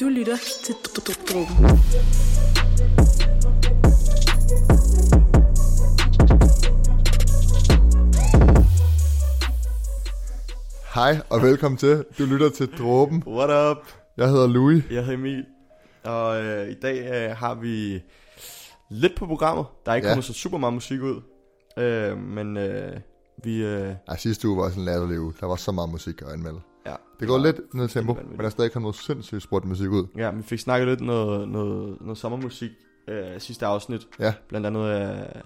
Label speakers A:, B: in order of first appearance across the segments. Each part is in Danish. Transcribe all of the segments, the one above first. A: lytter til Droppen.
B: Hej og velkommen til. Du lytter til Dråben.
C: What up?
B: Jeg hedder Louis.
C: Jeg hedder Emil, og øh, i dag øh, har vi lidt på programmet. Der er ikke
B: Ja.
C: ja. kommet så super meget musik ud, øh, men øh, vi... Øh,
B: Ej, sidste uge var sådan en latterlig uge. Der var så meget musik at anmelde.
C: ja,
B: Det går
C: var-
B: lidt ned i tempo,
C: vanvittigt.
B: men der er stadig kommet noget sindssygt spurgt musik ud.
C: Ja, vi fik snakket lidt noget, noget, noget sommermusik øh, sidste afsnit.
B: Ja.
C: Blandt andet af,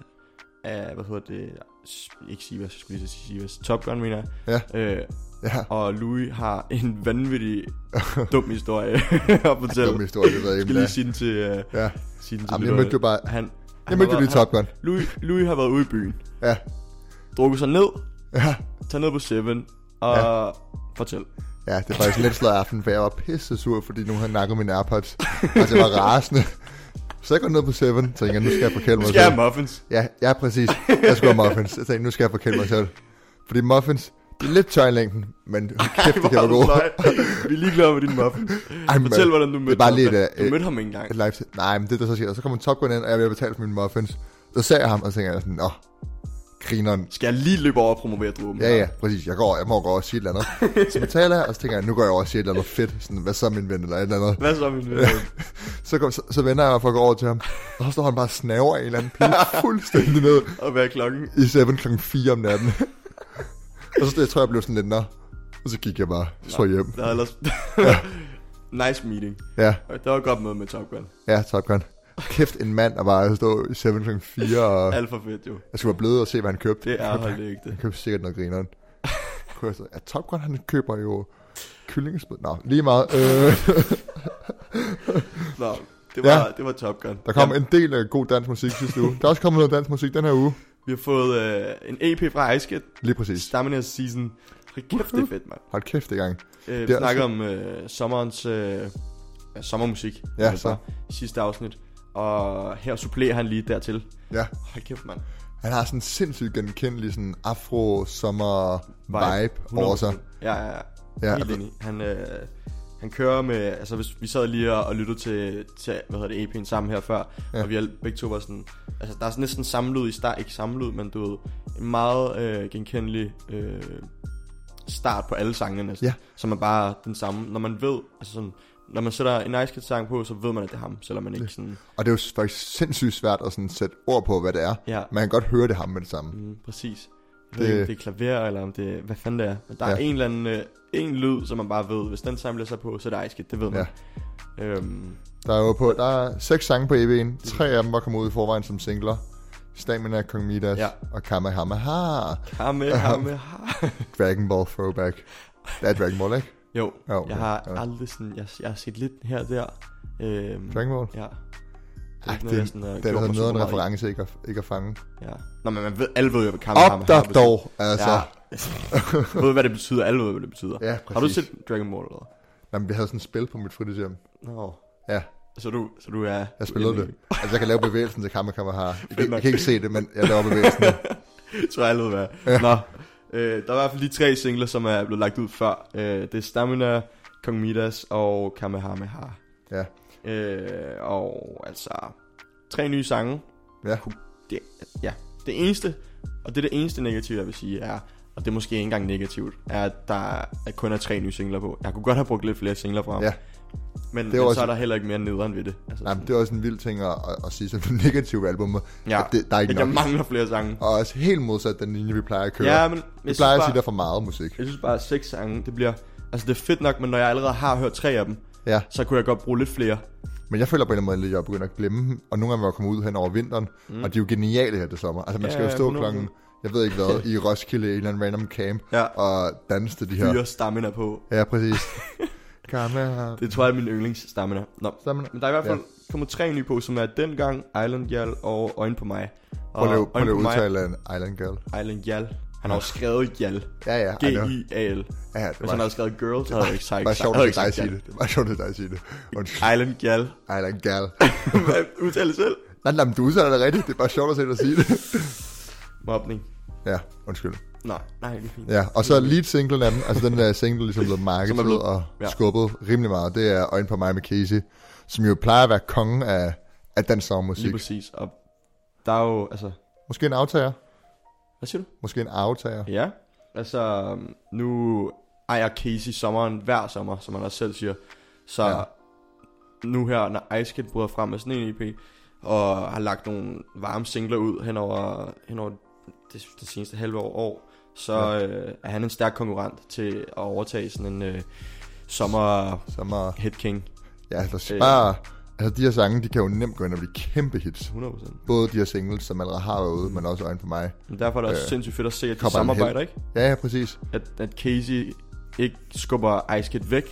C: af hvad hedder det, S- ikke Sivas, jeg skulle lige til at sige Sivas, Top Gun, mener jeg.
B: Ja.
C: Øh,
B: Ja,
C: og Louis har en vanvittig dum historie at fortælle.
B: dum historie, det ved jeg
C: Jeg
B: ikke,
C: skal
B: om det
C: lige
B: er.
C: sige den til... Øh,
B: Ja.
C: sige den til
B: Jamen, jeg
C: lytterne.
B: mødte jo bare...
C: Han,
B: Jeg
C: han
B: mødte jo
C: har
B: lige
C: været-
B: Top Gun.
C: han- Louis, Louis har været ude i byen,
B: Ja,
C: drukket sig ned,
B: ja.
C: taget ned på 7 og ja. fortæl.
B: Ja, det er faktisk lidt slået aften, for jeg var pisse sur, fordi nu havde nakket min Airpods. Altså, jeg var rasende. Så jeg går ned på 7, tænker jeg, nu skal jeg forkæle mig
C: Nu skal jeg
B: selv.
C: have muffins.
B: Ja, ja, præcis. Jeg skulle have muffins. Jeg tænkte, nu skal jeg forkæle mig selv. Fordi muffins, de er lidt tør i længden, men hold kæft, det kan være gode.
C: Vi er ligeglade med din muffins.
B: Ej, men-
C: Fortæl, hvordan du mødte
B: bare
C: ham.
B: lidt, øh,
C: Du mødte ham ikke engang.
B: Et live t- Nej, men det der så sker, så kommer Top Gun ind, og jeg vil betale for mine muffins. Så ser jeg ham, og så tænker jeg sådan, nå, grineren.
C: Skal jeg lige løbe over og promovere drupen?
B: Ja, ja, præcis. Jeg, går, jeg må gå over og sige et eller andet. Så betaler jeg, og så tænker jeg, nu går jeg over og siger et eller andet fedt. Sådan, hvad så, min ven, eller et eller andet.
C: Hvad så, min ven?
B: Så, går, så, så vender jeg mig for at gå over til ham, og så står han bare og snaver af en eller anden pige fuldstændig ned
C: Og hvad er klokken?
B: i 7 klokken 4 om natten. og så jeg tror jeg, blev sådan lidt, nå. Og så gik jeg bare, så hjem.
C: Der er ellers... nice meeting.
B: Ja,
C: Og Det var et godt møde med Top Gun.
B: ja, Top Gun. Kæft en mand, der bare stå i 7 klokken 4, og
C: Alt for fedt, jo.
B: jeg skulle være blød og se, hvad han købte.
C: Det er holdt ikke det.
B: Han købte sikkert noget grineren. Kunne jeg så- Ja, Top Gun, han køber jo kyllingespid. Nå, lige meget. Øh,
C: Nå, det var,
B: Ja.
C: det var Top Gun.
B: der kom
C: Ja,
B: en del af god dansk musik sidste uge. Der er også kommet noget dansk musik den her uge.
C: Vi har fået øh, en EP fra Ice Kid.
B: Lige præcis.
C: Stamina Season. Hold kæft, det er fedt, mand.
B: Hold kæft i gang.
C: Øh,
B: Det
C: vi
B: er
C: snakker
B: også-
C: om øh, sommerens øh, ja, sommermusik
B: Ja,
C: altså,
B: så.
C: i sidste afsnit. Og her supplerer han lige dertil.
B: Ja.
C: Hold kæft, mand.
B: Han har sådan en sindssygt genkendelig sådan afro-sommer-vibe over
C: 100%.
B: sig.
C: Ja, ja, ja.
B: Ja,
C: ja Helt
B: altså-
C: enig. Han, øh, han kører med... Altså, hvis vi sad lige og, og lyttede til, til, hvad hedder det, EP'en sammen her før,
B: Ja.
C: ja. og vi alle- begge to var sådan... Altså, der er sådan næsten samme lyd i start. Ikke samme lyd, men du ved, en meget øh, genkendelig... Øh, start på alle sangene næsten,
B: Ja.
C: som er bare den samme. Når man ved, altså sådan, når man sætter en Ice Kids sang på, så ved man, at det er ham, selvom man ikke sådan...
B: Og det er jo faktisk sindssygt svært at sådan sætte ord på, hvad det er.
C: Ja,
B: Man kan godt høre det ham med det samme.
C: mm, præcis. Jeg ved ikke,
B: Det-
C: om det er klaver, eller om det er, hvad fanden det er. Men der
B: Ja.
C: er en eller anden øh, en lyd, som man bare ved, hvis den samler sig på, så er det Ice Kid, det ved man. Ja. Øhm,
B: Der er jo på, der er seks sange på EV'en. Tre af dem var kommet ud i forvejen som singler. Stamina, Kong Midas ja.
C: Ja.
B: og Kamahamaha.
C: hamme, hamme, ha.
B: Dragon Ball throwback. Det er Dragon Ball, ikke?
C: Jo,
B: Ja, okay.
C: jeg har
B: Ja.
C: aldrig sådan, jeg, jeg har set lidt her og der. Øhm,
B: Dragon Ball?
C: Ja.
B: Ej,
C: ikke
B: det-
C: jeg sådan, øh,
B: Det er
C: gjort
B: altså
C: mig
B: noget af en
C: super meget i.
B: reference ikke at, ikke at fange.
C: Ja. Nå, men man ved, alle ved jo, hvad Kamme
B: Op der dog, altså. Ja.
C: Ja. ved, hvad det betyder. Alle ved, hvad det betyder.
B: Ja,
C: Har du
B: præcis.
C: set Dragon Ball eller?
B: Jamen, vi havde sådan et spil på mit fritidshjem.
C: Nå.
B: Ja.
C: Så du, så du er...
B: Jeg spillede det. Altså, jeg kan lave bevægelsen til Kamehameha. Jeg, kan-
C: nok.
B: jeg kan ikke se det, men jeg laver bevægelsen.
C: Jeg tror, jeg ved hvad. Ja. Nå. Øh, der er i hvert fald de tre singler, som er blevet lagt ud før. Øh, det er Stamina, Kong Midas og Kamehameha.
B: Ja.
C: Øh, og altså... Tre nye sange.
B: Ja.
C: Det, ja. Det eneste, og det er det eneste negative, jeg vil sige, er... Og det er måske ikke engang negativt, er, at der er- kun er tre nye singler på. Jeg kunne godt have brugt lidt flere singler fra ham.
B: Ja.
C: Men,
B: er
C: men
B: også-
C: så er der heller ikke mere nederen ved det. Altså,
B: Nej, men det er også en vild ting at, at, at sige som et negativt album.
C: Ja.
B: At det, der er ikke
C: at jeg
B: nok.
C: mangler flere sange.
B: Og også helt modsat den linje, vi plejer at køre.
C: Ja, men
B: vi
C: jeg synes,
B: plejer at sige,
C: bare,
B: der er for meget musik.
C: jeg synes bare, at seks sange, det bliver... Altså, det er fedt nok, men når jeg allerede har hørt tre af dem,
B: Ja.
C: så kunne jeg godt bruge lidt flere.
B: Men jeg føler på en eller anden måde, lidt, at jeg begynder at glemme dem, og nogle gange var jeg kommet ud hen over vinteren, mm. og de er jo geniale her det sommer. Altså man
C: Ja,
B: skal jo
C: ja,
B: stå
C: 100%.
B: klokken, jeg ved ikke hvad, i Roskilde i en eller anden random camp,
C: Ja.
B: og danse til de her.
C: Dyre stamina på.
B: Ja, præcis. Gamle her.
C: Det tror jeg er min yndlingsstamina. Nå.
B: Sammen.
C: Men der er i hvert fald ja. kommet tre nye på, som er Dengang, Island Jal og Øjen på mig. Og
B: Prøv at lave, prøv at
C: Øjne
B: lave
C: på mig,
B: udtale af en Island Girl.
C: Island Jal. Han har jo skrevet Jal.
B: Ja, ja. I know.
C: G-I-A-L.
B: Ja, ja, det
C: Hvis
B: var,
C: han havde skrevet Girl, så havde jeg ikke sagt.
B: det var sjovt
C: havde
B: at
C: ikke
B: se dig
C: sagt
B: sige
C: Jal.
B: det. Det var sjovt at se dig sige det. Undskyld.
C: Island Jal.
B: Island Girl.
C: Udtal det selv.
B: Nej, nej, men du udtaler det rigtigt. Det er bare sjovt at se dig sige det.
C: Mobning.
B: Ja, undskyld.
C: Nej, nej, det er fint.
B: Ja, og så lead singlen af dem, altså den der single, ligesom blevet markedet
C: blevet-
B: og
C: ja.
B: skubbet rimelig meget, det er Øjen på mig med Casey, som jo plejer at være kongen af, af dansk
C: Lige
B: sommermusik.
C: præcis. Og der er jo, altså...
B: Måske en aftager.
C: Hvad siger du?
B: Måske en aftager.
C: Ja, altså nu ejer Casey sommeren hver sommer, som han også selv siger. Så
B: Ja.
C: ja. nu her, når Ice Kid bryder frem med sådan en EP, og har lagt nogle varme singler ud hen over, hen over det, det seneste halve år, år så ja. øh, er han en stærk konkurrent til at overtage sådan en øh, sommer
B: Som er,
C: hit king.
B: ja, der
C: Øh.
B: bare, altså de her sange, de kan jo nemt gå ind og blive kæmpe hits.
C: 100%.
B: Både de her singles, som allerede har været ude, men også Øjen på mig.
C: Men derfor er det også
B: Øh,
C: øh, sindssygt fedt at se, at de
B: kommer han hen?
C: samarbejder, ikke?
B: Ja, ja, præcis.
C: at, at Casey ikke skubber Ice Kid væk,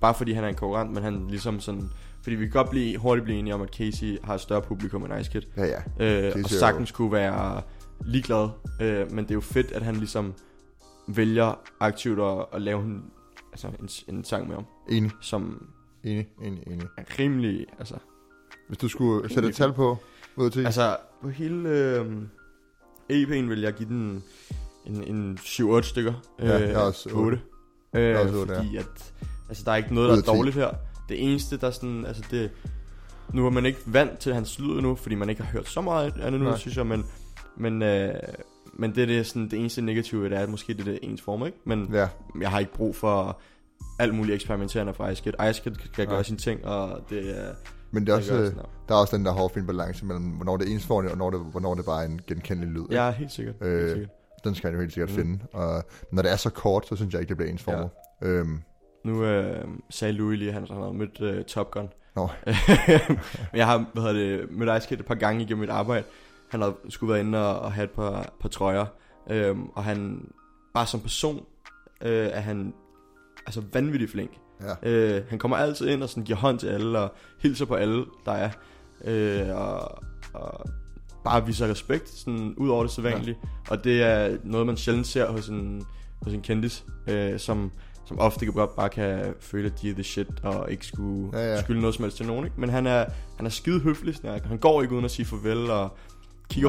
C: bare fordi han er en konkurrent, men han ligesom sådan... Fordi vi kan godt blive, hurtigt blive enige om, at Casey har et større publikum end Ice Kid.
B: Ja, ja.
C: Øh,
B: Casey er
C: og
B: jo-
C: sagtens kunne være ligeglad. Øh, men det er jo fedt, at han ligesom vælger aktivt at, at lave en, altså en, en sang med ham,
B: Enig,
C: som
B: enig, enig, enig.
C: er rimelig... Altså,
B: Hvis du skulle sætte et tal på, ud af 10, altså,
C: altså på hele øh, EP'en vil jeg give den en, en 7-8 stykker.
B: Ja, jeg er også
C: otte. Øh,
B: er også otte,
C: fordi at, altså, der er ikke noget,
B: Ud
C: der
B: af
C: er
B: ti.
C: dårligt her. Det eneste, der er sådan, altså det... Nu er man ikke vant til hans lyd endnu, fordi man ikke har hørt så meget af det nu,
B: Nej.
C: synes jeg, men... Men, øh, men det, det er sådan, det eneste negative, det er, at måske det er det ens form, ikke? Men
B: ja,
C: jeg har ikke brug for alt muligt eksperimenterende fra Ice Kid. Ice Kid kan
B: Nej.
C: gøre sine ting, og det er...
B: men det er også,
C: jeg gør
B: øh,
C: sådan noget.
B: der er også den der hårde, fine balance mellem, hvornår det er ens forne, og hvornår det, hvornår det bare er en genkendelig lyd. ikke?
C: Ja, helt sikkert.
B: Øh,
C: Helt sikkert.
B: Den skal han jo helt sikkert mm.
C: Mm.
B: finde. Og når det er så kort, så synes jeg ikke, det bliver ens form. Ja. Øhm,
C: Nu øh, sagde Louis lige, at han, han havde mødt øh, Top Gun.
B: Nå.
C: Men jeg har hvad hedder det, mødt Ice Kid et par gange igennem mit arbejde. Han havde skulle være inde og, og have et par, par trøjer. Øhm, og han, bare som person, øh, er han altså vanvittig flink.
B: ja.
C: Øh, han kommer altid ind og sådan giver hånd til alle og hilser på alle, der er. Øh, og, og bare viser respekt, sådan ud over det sædvanlige. Ja. Og det er noget, man sjældent ser hos en, hos en kendis, øh, som, som ofte kan godt bare kan føle, at de er the shit, og ikke skulle
B: Ja,
C: ja,
B: ja.
C: ja. skylde noget som helst til nogen. Ikke? Men han er, han er skide høflig, sådan her. han går ikke uden at sige farvel, og kigger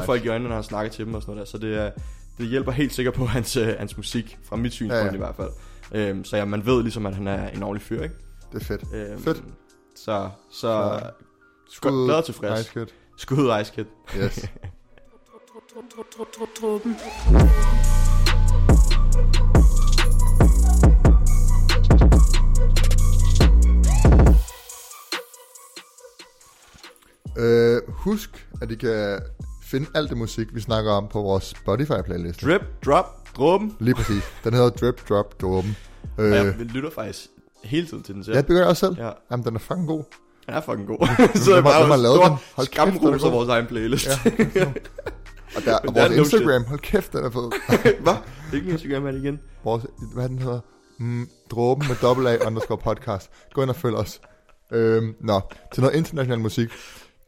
B: Nice.
C: nice. folk i øjnene, når han snakker til dem og sådan noget der. Så det, er, det hjælper helt sikkert på hans, øh, hans musik, fra mit synspunkt
B: Ja,
C: ja,
B: ja.
C: ja. i hvert fald. Øhm, så ja, man ved ligesom, at han er en ordentlig fyr, ikke?
B: Det er fedt.
C: Øhm,
B: Fedt.
C: Så, så,
B: Så-
C: så glad og tilfreds.
B: Nice kid.
C: skud Ice Kid.
B: Yes.
A: Truppen.
B: øh, husk, at I kan finde alt det musik, vi snakker om på vores Spotify-playliste.
C: Drip, drop, dråben.
B: Lige præcis. Den hedder Drip Drop Dorben.
C: Øh.
B: Øh,
C: Jeg lytter faktisk hele tiden til den selv.
B: jeg begynder også selv.
C: Ja,
B: Jamen, den er fucking god.
C: den er fucking god. så
B: Hvem
C: er
B: har- hvem har lavet den?
C: stor
B: Hold kæft,
C: skamros
B: den er
C: af
B: god.
C: vores egen playlist.
B: Ja.
C: Ja.
B: Og, der, og
C: Men
B: vores
C: den er no
B: Instagram, hold kæft, den er fed.
C: Hvad? Hvilken Instagram er det igen?
B: Vores, hvad den hedder? Mm, dråben med dobbelt A underscore podcast. Gå ind og følg os. Øhm, nå, til noget international musik.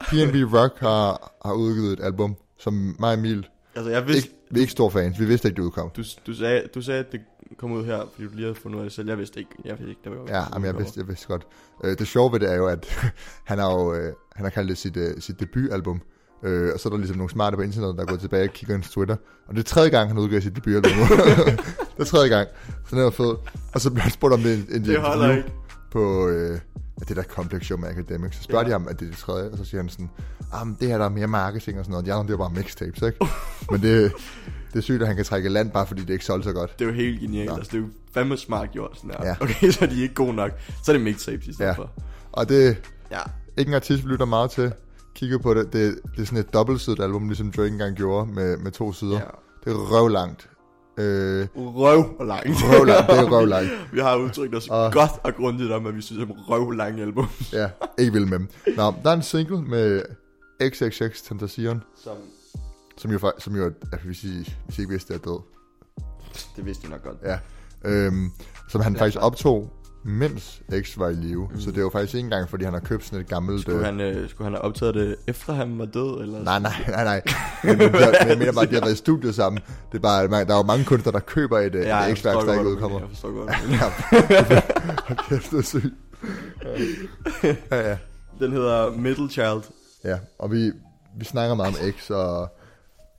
B: PNB Rock har, har udgivet et album, som mig og Emil,
C: Altså, jeg vidste,
B: ikke, vi er ikke store fans, vi vidste ikke, det udkom.
C: du, du, sagde, du sagde, at det kom ud her, fordi du lige havde fundet ud af det selv. Jeg vidste ikke, jeg vidste ikke, der var
B: Ja, jamen, jeg vidste, jeg vidste godt. Øh, det sjove ved det er jo, at han har jo øh, han har kaldt det sit, øh, sit debutalbum. Øh, og så er der ligesom nogle smarte på internettet, der er gået tilbage og kigger hans Twitter. Og det er tredje gang, han udgiver sit debutalbum. det er tredje gang. Så den er fed. Og så bliver han spurgt om det i en, en
C: Det holder
B: interview
C: ikke.
B: på øh, at det der Complex Show med Academic. Så spørger ja.
C: Ja.
B: de ham, at det er det tredje, og så siger han sådan, ah, men det her der er mere marketing og sådan noget. De andre, det er jo bare mixtapes, ikke? men det, det er sygt, at han kan trække i land, bare fordi det ikke solgte så godt.
C: Det er jo helt genialt.
B: Nå.
C: Altså, det er jo fandme smart gjort sådan her.
B: Ja.
C: Ja. Okay, så er de ikke gode nok. Så er det mixtapes i stedet
B: Ja.
C: for.
B: Og det,
C: Ja,
B: ikke en artist, vi lytter meget til. Kigger på det. Det, det er sådan et dobbeltsidigt album, ligesom Drake engang gjorde med, med to sider.
C: ja.
B: Ja. Det er røvlangt. Øh,
C: Røv og langt.
B: Røvlangt, det er røvlangt.
C: vi har udtrykt os
B: Og-
C: og... godt og grundigt om, at vi synes, at røv lang album.
B: ja, ikke vild med dem. Nå, der er en single med XXX Tentacion,
C: Som,
B: som jo, fa- som jo jeg vil sige, hvis I ikke vidste, det er død.
C: det vidste jeg nok godt.
B: Ja. Øhm, som han ja, faktisk optog, mens X var i live. Mm. Så det er jo faktisk ikke engang, fordi han har købt sådan et gammelt...
C: Skulle
B: øh,
C: han, øh, skulle han have optaget det, efter han var død? Eller?
B: Nej, nej, nej, nej. Men, men, jeg, men jeg mener bare, at de har været i studiet sammen. Det er bare, man- der er jo mange kunstnere, der køber et,
C: Ja,
B: ja,
C: jeg
B: et X-værk,
C: forstår
B: der
C: godt,
B: ikke
C: hvad du
B: udkommer.
C: mener, Jeg forstår godt.
B: Ja. Hold kæft, det er sygt. Ja, ja.
C: Den hedder Middle Child.
B: ja og vi, vi snakker meget om X, og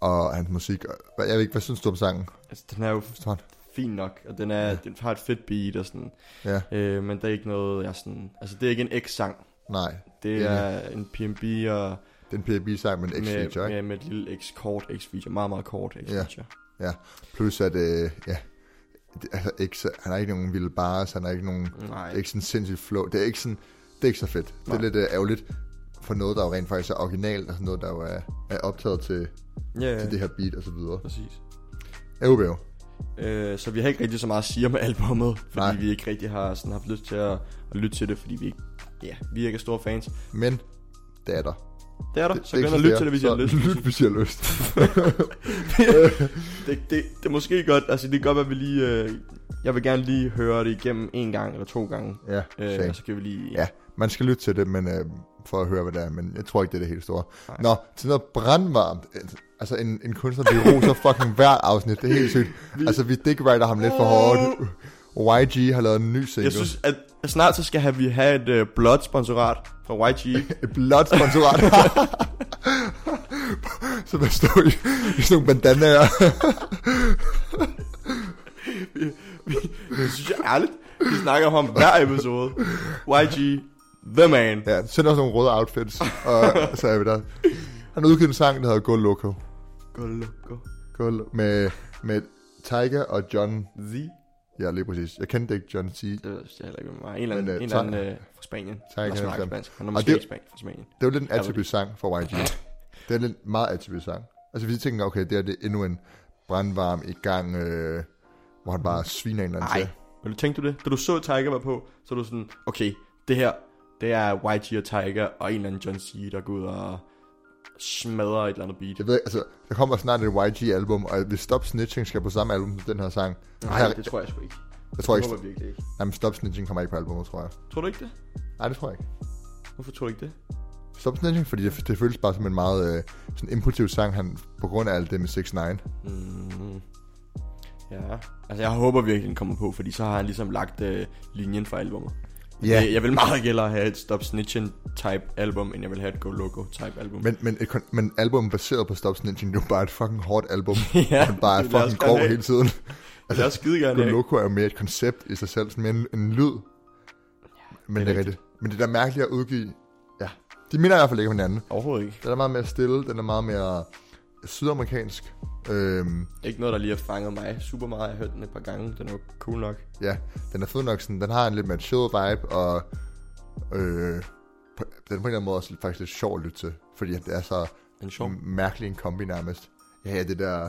B: og hans musik. Og, hvad- jeg ved ikke, hvad synes du om sangen?
C: Altså, den er jo
B: Forstår han?
C: fin nok, og den, er, ja. den har et fedt beat og sådan,
B: Ja,
C: øh, men der er ikke noget, jeg sådan, altså det er ikke en X-sang,
B: nej.
C: det
B: Ja.
C: er en PMB og
B: Den PAB-sang med en x
C: med,
B: feature ikke?
C: med, med, et lille X-kort X-feature, meget, meget kort X-feature.
B: Plus at, øh, ja, det, altså X, han har ikke nogen vilde bars, han har ikke nogen, det
C: Nej,
B: er ikke sådan sindssygt flow, det er ikke sådan, det er ikke så fedt. Det er
C: Nej.
B: lidt øh, ærgerligt for noget, der jo rent faktisk er originalt, og sådan noget, der jo er, er optaget til,
C: ja, ja,
B: til det her beat og så videre.
C: præcis.
B: Øvbæv.
C: Øh, så vi har ikke rigtig så meget at sige om albummet, fordi
B: Nej.
C: Nej. vi ikke rigtig har sådan, haft lyst til at, at lytte til det, fordi vi ikke, ja, vi ikke er store fans.
B: Men det er der.
C: Det er der,
B: Det,
C: så gå ind og lyt til det, hvis I har lyst.
B: Lyt, hvis I har lyst.
C: det, det, det er måske godt, altså det kan godt være, at vi lige, øh, jeg vil gerne lige høre det igennem en gang eller to gange.
B: ja,
C: Øh,
B: same.
C: og så kan vi lige...
B: Ja, man skal lytte til det, men øh, for at høre, hvad det er, men jeg tror ikke, det er det helt store.
C: Nej.
B: Nå, til noget brandvarmt. Altså en, en kunstner, vi roser fucking hvert afsnit, det er helt sygt. Altså, vi dickrider ham lidt for hårdt. YG har lavet en ny single.
C: Jeg synes, at snart så skal have, vi have et øh, Blood-sponsorat fra YG.
B: Et blot sponsorat. Så der står i, i sådan nogle bandanaer.
C: det synes jeg ærligt. Vi snakker om ham hver episode. YG, the man.
B: Ja, send os nogle røde outfits, og så er vi der. Han har udgivet en sang, der hedder Go Loco.
C: Go loco.
B: Go Lo- med, med Tiger og John.
C: Z.
B: Ja, lige præcis. Jeg kendte ikke John C.
C: Det ved jeg heller ikke, hvem er. En eller anden,
B: Men, øh,
C: en eller anden
B: tak.
C: øh, fra Spanien.
B: Tak,
C: eller
B: Henrik
C: snakker
B: Dam.
C: spansk. Han er
B: Og
C: måske
B: det-
C: ikke spansk fra Spanien.
B: Det var lidt en
C: Ja,
B: attribut sang for YG. det er lidt meget attribut sang. Altså vi tænker, okay, det er det endnu en brandvarm i gang, øh, hvor han bare sviner en eller anden
C: Nej.
B: til.
C: Men du tænkte du det? Da du så Tiger var på, så var du sådan, okay, det her, det er YG og Tiger og en eller anden John C, der går ud og smadrer et eller andet beat.
B: Jeg ved, ikke, altså, der kommer snart et YG-album, og hvis Stop Snitching skal på samme album som den her sang,
C: Nej, det tror jeg sgu ikke.
B: jeg tror
C: Det
B: ikke,
C: håber jeg virkelig ikke.
B: nej, men Stop Snitching kommer ikke på albumet, tror jeg.
C: Tror du ikke det?
B: Nej, det tror jeg ikke.
C: Hvorfor tror du ikke det?
B: Stop Snitching, fordi det, det føles bare som en meget øh, sådan impulsiv sang, han, på grund af alt det med 6 9
C: Mm. Ja, altså jeg håber virkelig, den kommer på, fordi så har han ligesom lagt øh, linjen for albumet.
B: Ja,
C: Øh, Jeg vil meget hellere have et Stop Snitching type album, end jeg vil have et Go Loco type album.
B: men, men, et, kon- men album baseret på Stop Snitching, det er jo bare et fucking hårdt album.
C: ja,
B: Han bare er
C: det vil jeg også
B: fucking
C: gerne
B: grov
C: have.
B: hele tiden. Altså,
C: Det vil jeg også skide gerne
B: Good
C: have.
B: Loco er jo mere et koncept i sig selv, sådan mere en, en lyd. Men det er rigtigt. Men det der mærkeligt at udgive, ja, de minder i hvert fald ikke om hinanden.
C: Overhovedet ikke.
B: Den er meget mere stille, den er meget mere sydamerikansk. Øhm,
C: Ikke noget, der lige har fanget mig super meget. Jeg har hørt den et par gange. Den var cool nok.
B: ja, den er fed nok, sådan, den har en lidt mere chill vibe, og øh, på, den er på en eller anden måde også faktisk lidt sjov at lytte til, fordi det er så
C: En sjov. Mm.
B: mærkelig en kombi nærmest. Ja, ja, det der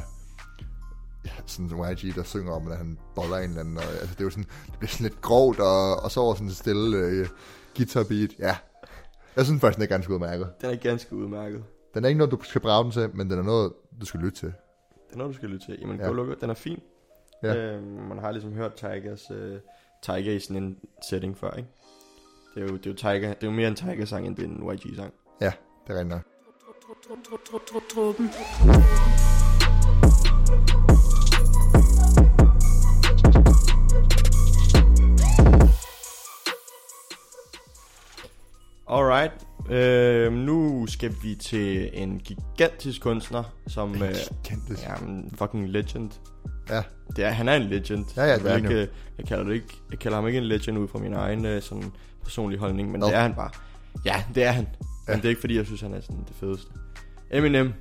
B: ja, sådan YG, der synger om, at han boller en eller anden, og, altså, det er jo sådan, det bliver sådan lidt grovt, og, og så over sådan en stille øh, guitarbeat, ja. Jeg synes faktisk, den er ganske udmærket.
C: Den er ganske udmærket.
B: Den er ikke noget, du skal brage den til, men den er noget, du skal lytte til.
C: Det er noget, du skal lytte til. Jamen,
B: Ja.
C: ja. Go Loco, den er fin.
B: Ja.
C: Øhm, man har ligesom hørt Tigers, øh, Tiger i sådan en setting før, ikke? Det er jo, det er jo, Tiger, det er jo mere en Tiger-sang, end det er en YG-sang.
B: Ja, det er rent nok.
A: Truppen.
C: Alright. Øhm, nu skal vi til en gigantisk kunstner, som... Øh,
B: Kendtis. Ja.
C: ja, en fucking legend.
B: ja.
C: Det er, han er en legend.
B: Ja, ja,
C: Jeg
B: det
C: vil
B: er han
C: ikke, øh, jeg kalder, det ikke, jeg kalder ham ikke en legend ud fra min egen øh, sådan personlige holdning, men
B: Nå.
C: det er han bare. Ja, det er han.
B: Ja.
C: Ja. Men det er ikke fordi, jeg synes, han er sådan det fedeste. Eminem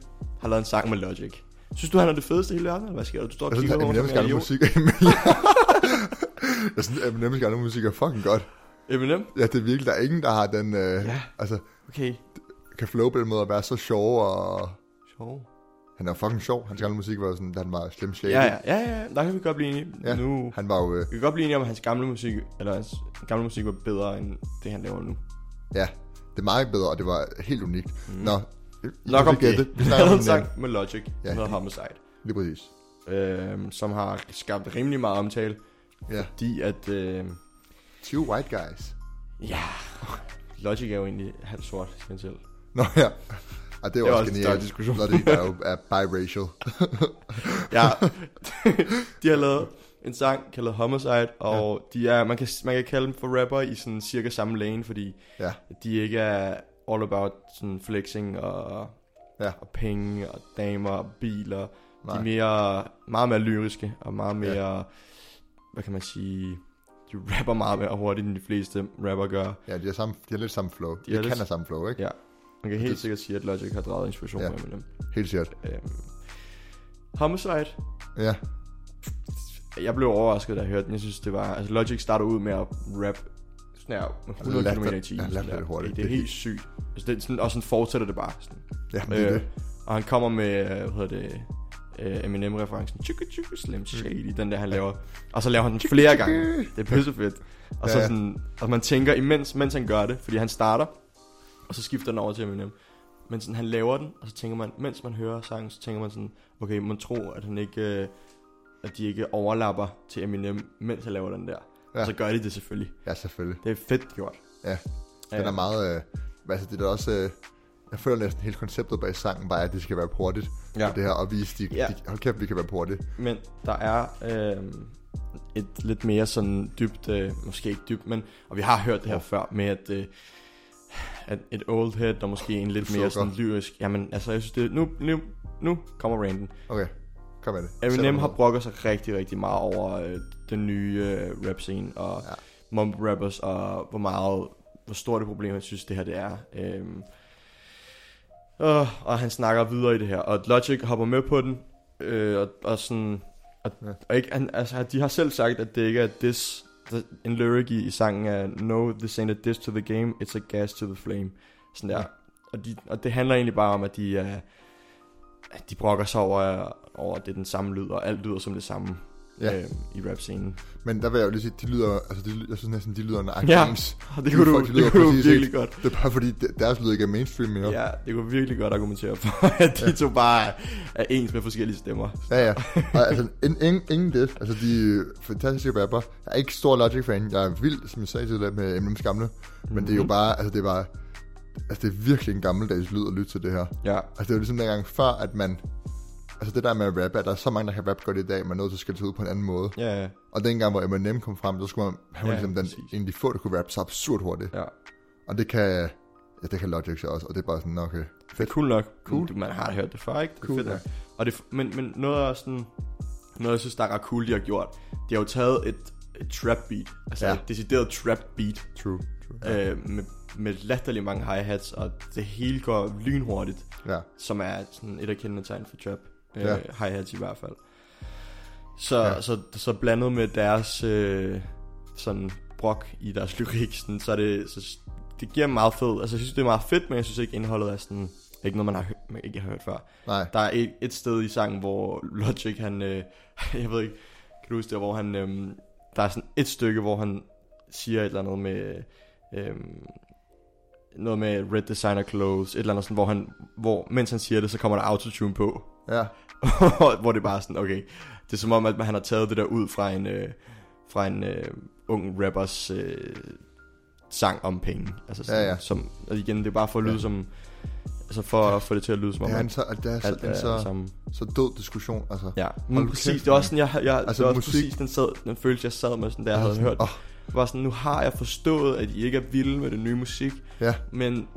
C: har lavet en sang med Logic. Synes du, han er det fedeste i hele verden, eller hvad sker der? Du står og
B: Jeg synes,
C: kigger
B: at
C: på
B: Eminem
C: mig,
B: skal
C: som
B: have
C: en
B: noget musik. jeg synes, at Eminem skal have noget musik er fucking godt.
C: idiot. Eminem?
B: Ja, det er virkelig, der er ingen, der har den, øh, ja.
C: Ja.
B: altså,
C: Okay.
B: kan flow på den måde at være så sjov og...
C: Sjov.
B: Han er fucking sjov. Hans gamle musik var sådan, da han var Slim Shady.
C: Ja, ja, ja, ja. Der kan vi godt blive enige.
B: Ja.
C: Ja. Nu.
B: Han var jo... Øh,
C: Vi kan godt blive enige om, at hans gamle musik, eller hans gamle musik var bedre end det, han laver nu.
B: ja, det er meget bedre, og det var helt unikt. Mm. Nå, I- I
C: Nok
B: kan
C: om
B: gætte.
C: det.
B: Vi
C: Han
B: snakker
C: lavede
B: om
C: en
B: det.
C: sang med Logic,
B: Ja.
C: ja. hedder Homicide.
B: Lige præcis.
C: øh, som har skabt rimelig meget omtale,
B: Ja,
C: fordi at, øh,
B: 20 white guys.
C: ja, Logic er jo egentlig halvt sort, skal jeg selv.
B: Nå ja. Og det er,
C: Det
B: det
C: er
B: også
C: også en
B: genialt.
C: større diskussion.
B: Når det er jo er biracial.
C: Ja, de har lavet en sang kaldet Homicide, og ja. de er, man, kan, man kan kalde dem for rapper i sådan cirka samme lane, fordi
B: Ja.
C: de ikke er all about sådan flexing og
B: Ja.
C: Og penge, og damer, og biler. Nej. De
B: Nej.
C: er mere, meget mere lyriske, og meget mere, ja. hvad kan man sige, de rapper meget mere hurtigt, end de fleste rapper gør.
B: Ja, de har, samme, de har lidt samme flow. De,
C: har
B: de kan
C: lidt-
B: have samme flow, ikke?
C: Ja. Man kan
B: Det-
C: helt sikkert sige, at Logic har draget inspiration
B: Ja.
C: ja. med dem.
B: Ja. Helt sikkert.
C: Øhm. Homicide.
B: Ja,
C: Jeg blev overrasket, da jeg hørte den. Jeg synes, det var... Altså, Logic starter ud med at rap sådan her, med 100
B: Lapper-
C: km i timen.
B: ja,
C: sådan
B: lapper
C: der.
B: det hurtigt.
C: Det er
B: Det er
C: helt sygt. Altså, det er sådan, og sådan fortsætter det bare. Sådan.
B: ja men det er
C: Øh,
B: det.
C: og han kommer med, øh, hvad hedder det, øh, Eminem-referencen. Tjukke, tjukke, slim shady, den der, han laver. Og så laver han den flere gange. Det er pissefedt. Og så
B: Ja.
C: sådan, og man tænker, imens mens han gør det, fordi han starter, og så skifter den over til Eminem. Men sådan, han laver den, og så tænker man, mens man hører sangen, så tænker man sådan, okay, man tror, at han ikke... Øh, at de ikke overlapper til Eminem, mens han laver den der.
B: Ja.
C: Ja. Og så gør de det selvfølgelig.
B: Ja, selvfølgelig.
C: Det er fedt gjort.
B: Ja. Den er meget... Øh, altså, det er da også... Øh, jeg føler næsten hele konceptet bag sangen bare, er, at det skal være hurtigt.
C: Ja.
B: Ja. Det her at vise, de,
C: Ja.
B: ja. de, hold kæft, vi kan være hurtigt.
C: Men der er øh, et lidt mere sådan dybt, øh, måske ikke dybt, men, og vi har hørt det her før med, at, øh, at et old head, der måske en lidt mere sådan
B: Sukker.
C: lyrisk, jamen altså jeg synes det, nu, nu, nu kommer randen.
B: Okay, kom med det. Sæt
C: Eminem
B: dig
C: har
B: ned.
C: brokket sig rigtig, rigtig meget over øh, den nye øh, rap scene og ja.
B: Ja.
C: mumble rappers og hvor meget, hvor stort et problem han synes det her det er. Øhm, øh, og han snakker videre i det her, og Logic hopper med på den, øh, og, og sådan, og, ja.
B: Ja.
C: og ikke, han, altså, de har selv sagt, at det ikke er this, en lyric i, i sangen er, no, this ain't a diss to the game, it's a gas to the flame. Sådan der.
B: Ja.
C: Og, de, og det handler egentlig bare om, at de er, at de brokker sig over, over, at det er den samme lyd, og alt lyder som det samme
B: Ja.
C: øh, i rap-scenen.
B: Men der vil jeg jo lige sige, de lyder, altså de, ly- jeg synes næsten, de lyder nøjagtigt
C: Ja.
B: ja. ens.
C: Og det
B: De
C: kunne, du,
B: folk, de lyder
C: det kunne du
B: præcis
C: virkelig
B: ens.
C: godt.
B: Det er bare fordi, de- deres lyd ikke er mainstream mere. Ja,
C: Ja, det kunne virkelig godt argumentere for, at de ja. to bare er, er ens med forskellige stemmer.
B: ja. ja. Og, altså, in, ingen, ingen det. Altså, de er fantastiske rapper. Jeg er ikke stor Logic-fan. Jeg er vild, som jeg sagde til dig, med Eminems gamle. Men det er
C: Mhm.
B: jo bare, altså det er bare, altså det er virkelig en gammeldags lyd at lytte til det her.
C: Ja,
B: Altså det er jo ligesom dengang før, at man... Altså det der med at rappe, at der er så mange, der kan rappe godt i dag, man er nødt til at skille sig ud på en anden måde. Ja.
C: ja, ja.
B: Og dengang, hvor Eminem kom frem, så skulle man, han var
C: Ja,
B: ja, ligesom den,
C: præcis.
B: en af de få, der kunne rappe så absurd hurtigt. Ja.
C: ja.
B: Og det kan, ja, det kan Logic så også, og det er bare sådan, okay, fedt.
C: Cool nok.
B: Cool.
C: Du, man har hørt det før, ikke? Det er
B: Cool,
C: fedt
B: ja.
C: nok. Og det, men, men noget af sådan... Noget, jeg synes, der er ret cool, de har gjort. De har jo taget et, et trap beat. Altså ja.
B: Ja.
C: et decideret trap beat.
B: True, true. Ja.
C: Ja. Øh, med, med latterlig mange hi-hats, og det hele går lynhurtigt.
B: ja.
C: som er sådan et af kendetegn for trap. Ja.
B: Ja.
C: Øh, hi-hats i hvert fald. Så, ja.
B: Ja.
C: så, så blandet med deres øh, sådan brok i deres lyrik, sådan, så er det, så det giver meget fed, altså jeg synes det er meget fedt, men jeg synes ikke indholdet er sådan, ikke noget man har hørt, man ikke har hørt før.
B: Nej,
C: Der er et, et sted i sangen, hvor Logic han, øh, jeg ved ikke, kan du huske det, hvor han, øh, der er sådan et stykke, hvor han siger et eller andet med, øh, noget med red designer clothes, et eller andet sådan, hvor han, hvor, mens han siger det, så kommer der autotune på.
B: ja.
C: hvor det bare er sådan, okay, det er som om, at han har taget det der ud fra en, øh, fra en øh, ung rappers øh, sang om penge. Altså sådan,
B: Ja, ja.
C: Som, og igen, det er bare for at lyde ja.
B: Ja.
C: som, altså for at få det til at lyde som om,
B: Det er en
C: at
B: så, og det er, så,
C: alt
B: en
C: er
B: så,
C: det samme.
B: så død diskussion, altså.
C: Ja,
B: Hold
C: men
B: nu
C: præcis,
B: kæft,
C: det var også sådan, jeg, jeg, altså,
B: Altså,
C: det var også
B: musik-
C: præcis den, sad, den følelse, jeg sad med, sådan, da jeg havde hørt.
B: Åh,
C: Det var sådan, nu har jeg forstået, at I ikke er vilde med det nye musik,
B: ja,
C: men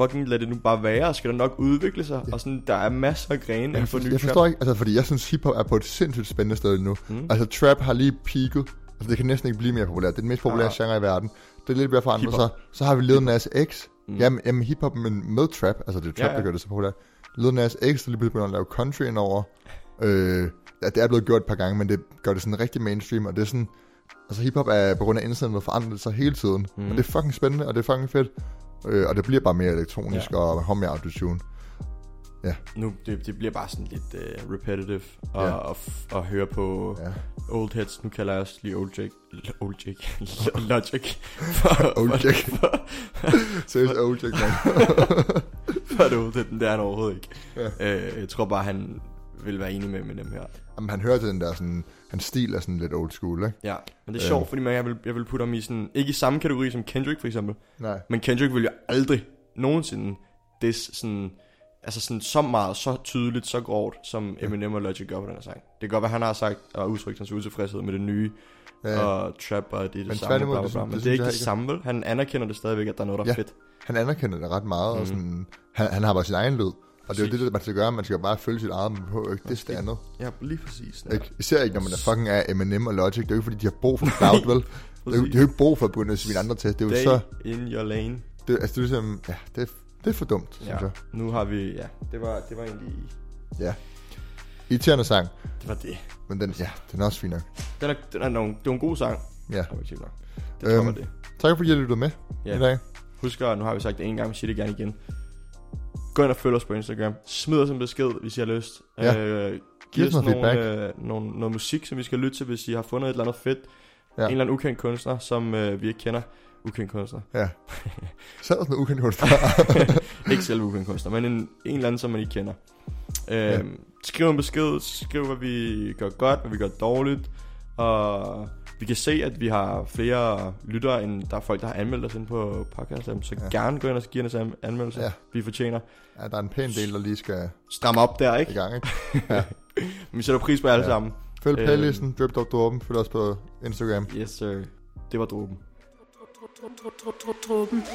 C: fucking lad det nu bare være, og skal det nok udvikle sig,
B: Ja.
C: og sådan, der er masser af grene inden
B: jeg,
C: for
B: for
C: ny
B: jeg forstår ikke, altså fordi jeg synes hiphop er på et sindssygt spændende sted nu.
C: Mm.
B: Mm. Altså trap har lige peaked, altså det kan næsten ikke blive mere populært. Det er den mest populære
C: Ah.
B: ah. genre i verden. Det er lidt ved at forandre sig. Så har vi Lil Nas X. Mm. Jamen, jamen hiphop men med trap, altså det er trap,
C: Ja,
B: ja,
C: ja.
B: ja. der gør det så populært. Lil Nas X, der lige pludselig begynder at lave country indover. Øh, ja, det er blevet gjort et par gange, men det gør det sådan rigtig mainstream, og det er sådan... Altså hiphop er på grund af internettet forandret sig hele tiden. Mm. Og det er fucking spændende, og det er fucking fedt. Øh, og det bliver bare mere elektronisk
C: Ja.
B: ja. og har mere autotune.
C: nu, det, det bliver bare sådan lidt uh, repetitive og,
B: Ja.
C: og, f- at høre på
B: Ja.
C: old heads. Nu kalder jeg også lige old Jake, L- old Jake, L- Logic, for,
B: Old
C: for,
B: Jack.
C: for,
B: Seriøst, old Jack, man.
C: for det old head, den der er han overhovedet ikke.
B: Ja.
C: Øh, jeg tror bare, han vil være enig med med dem her.
B: Jamen, han hører til den der sådan... Hans stil er sådan lidt old school, ikke?
C: Ja, men det er
B: Øh.
C: sjovt, fordi man, jeg, vil, jeg vil putte ham i sådan, ikke i samme kategori som Kendrick for eksempel,
B: Nej.
C: men Kendrick vil jo aldrig nogensinde det sådan, altså sådan så meget, så tydeligt, så grovt, som Eminem og Logic gør på den her sang. Det kan godt være, han har sagt og udtrykt hans utilfredshed med det nye,
B: Ja,
C: ja.
B: ja.
C: og trap og det er det
B: Men
C: samme,
B: tværtimod,
C: bla, bla,
B: det
C: bla.
B: synes-
C: men
B: det
C: det er
B: synes
C: ikke
B: jeg
C: det
B: ikke.
C: samme, vel? Han anerkender det stadigvæk, at der er noget, der er
B: Ja.
C: fedt. Mhm.
B: han anerkender det ret meget, mm. og sådan, han, han har bare sin egen lyd. Og det er jo det, der man skal gøre. Man skal jo bare følge sit eget på, ikke? Det er det andet.
C: Ja, lige præcis. Ja.
B: Ikke? Især ikke, når man er fucking af M&M og Logic. Det er jo ikke, fordi de har brug for cloud, vel? Det er jo- De har jo ikke brug for at begynde at svine andre til. Det er jo
C: Day
B: så...
C: in your lane.
B: Det, altså, det er ligesom... Ja, det er, det er for dumt, synes
C: Ja.
B: jeg.
C: Nu har vi, ja, det var, det var egentlig,
B: Ja. Irriterende sang,
C: det var det.
B: men den, ja, den er også fin nok.
C: Den er, den er, nogle, det var en god sang.
B: Ja.
C: Det var ikke nok. Det
B: Øhm.
C: øhm. kommer det.
B: Tak fordi I lyttede med
C: Ja.
B: i dag.
C: Husk, at nu har vi sagt det en gang, vi siger det gerne igen. Gå ind og følg os på Instagram. Smid os en besked, hvis I har lyst.
B: Ja.
C: Øh,
B: Giv
C: giv
B: os
C: os
B: noget
C: nogle, øh, nogle, noget musik, som vi skal lytte til, hvis I har fundet et eller andet fedt.
B: Ja.
C: Ja. En eller anden ukendt kunstner, som øh, vi ikke kender. Ukendt kunstner.
B: Ja. Så er der sådan noget ukendt kunstner.
C: Ikke selv ukendt kunstner, men en, en eller anden, som man ikke kender. Øh,
B: Ja.
C: Skriv en besked. Skriv, hvad vi gør godt, hvad vi gør dårligt. Og vi kan se, at vi har flere lyttere, end der er folk, der har anmeldt os ind på podcasten. Så
B: Ja.
C: ja. gerne gå ind og give os an- anmeldelser.
B: Ja.
C: Ja. Vi fortjener.
B: Ja, der er en pæn del, der lige skal
C: stramme op der, ikke?
B: i gang, ikke?
C: Men vi sætter pris på jer alle
B: Ja.
C: ja. sammen.
B: Følg
C: Øhm.
B: playlisten, Drip Drop Dropen, følg os på Instagram.
C: Yes, sir. Det var dråben.
A: Tropen.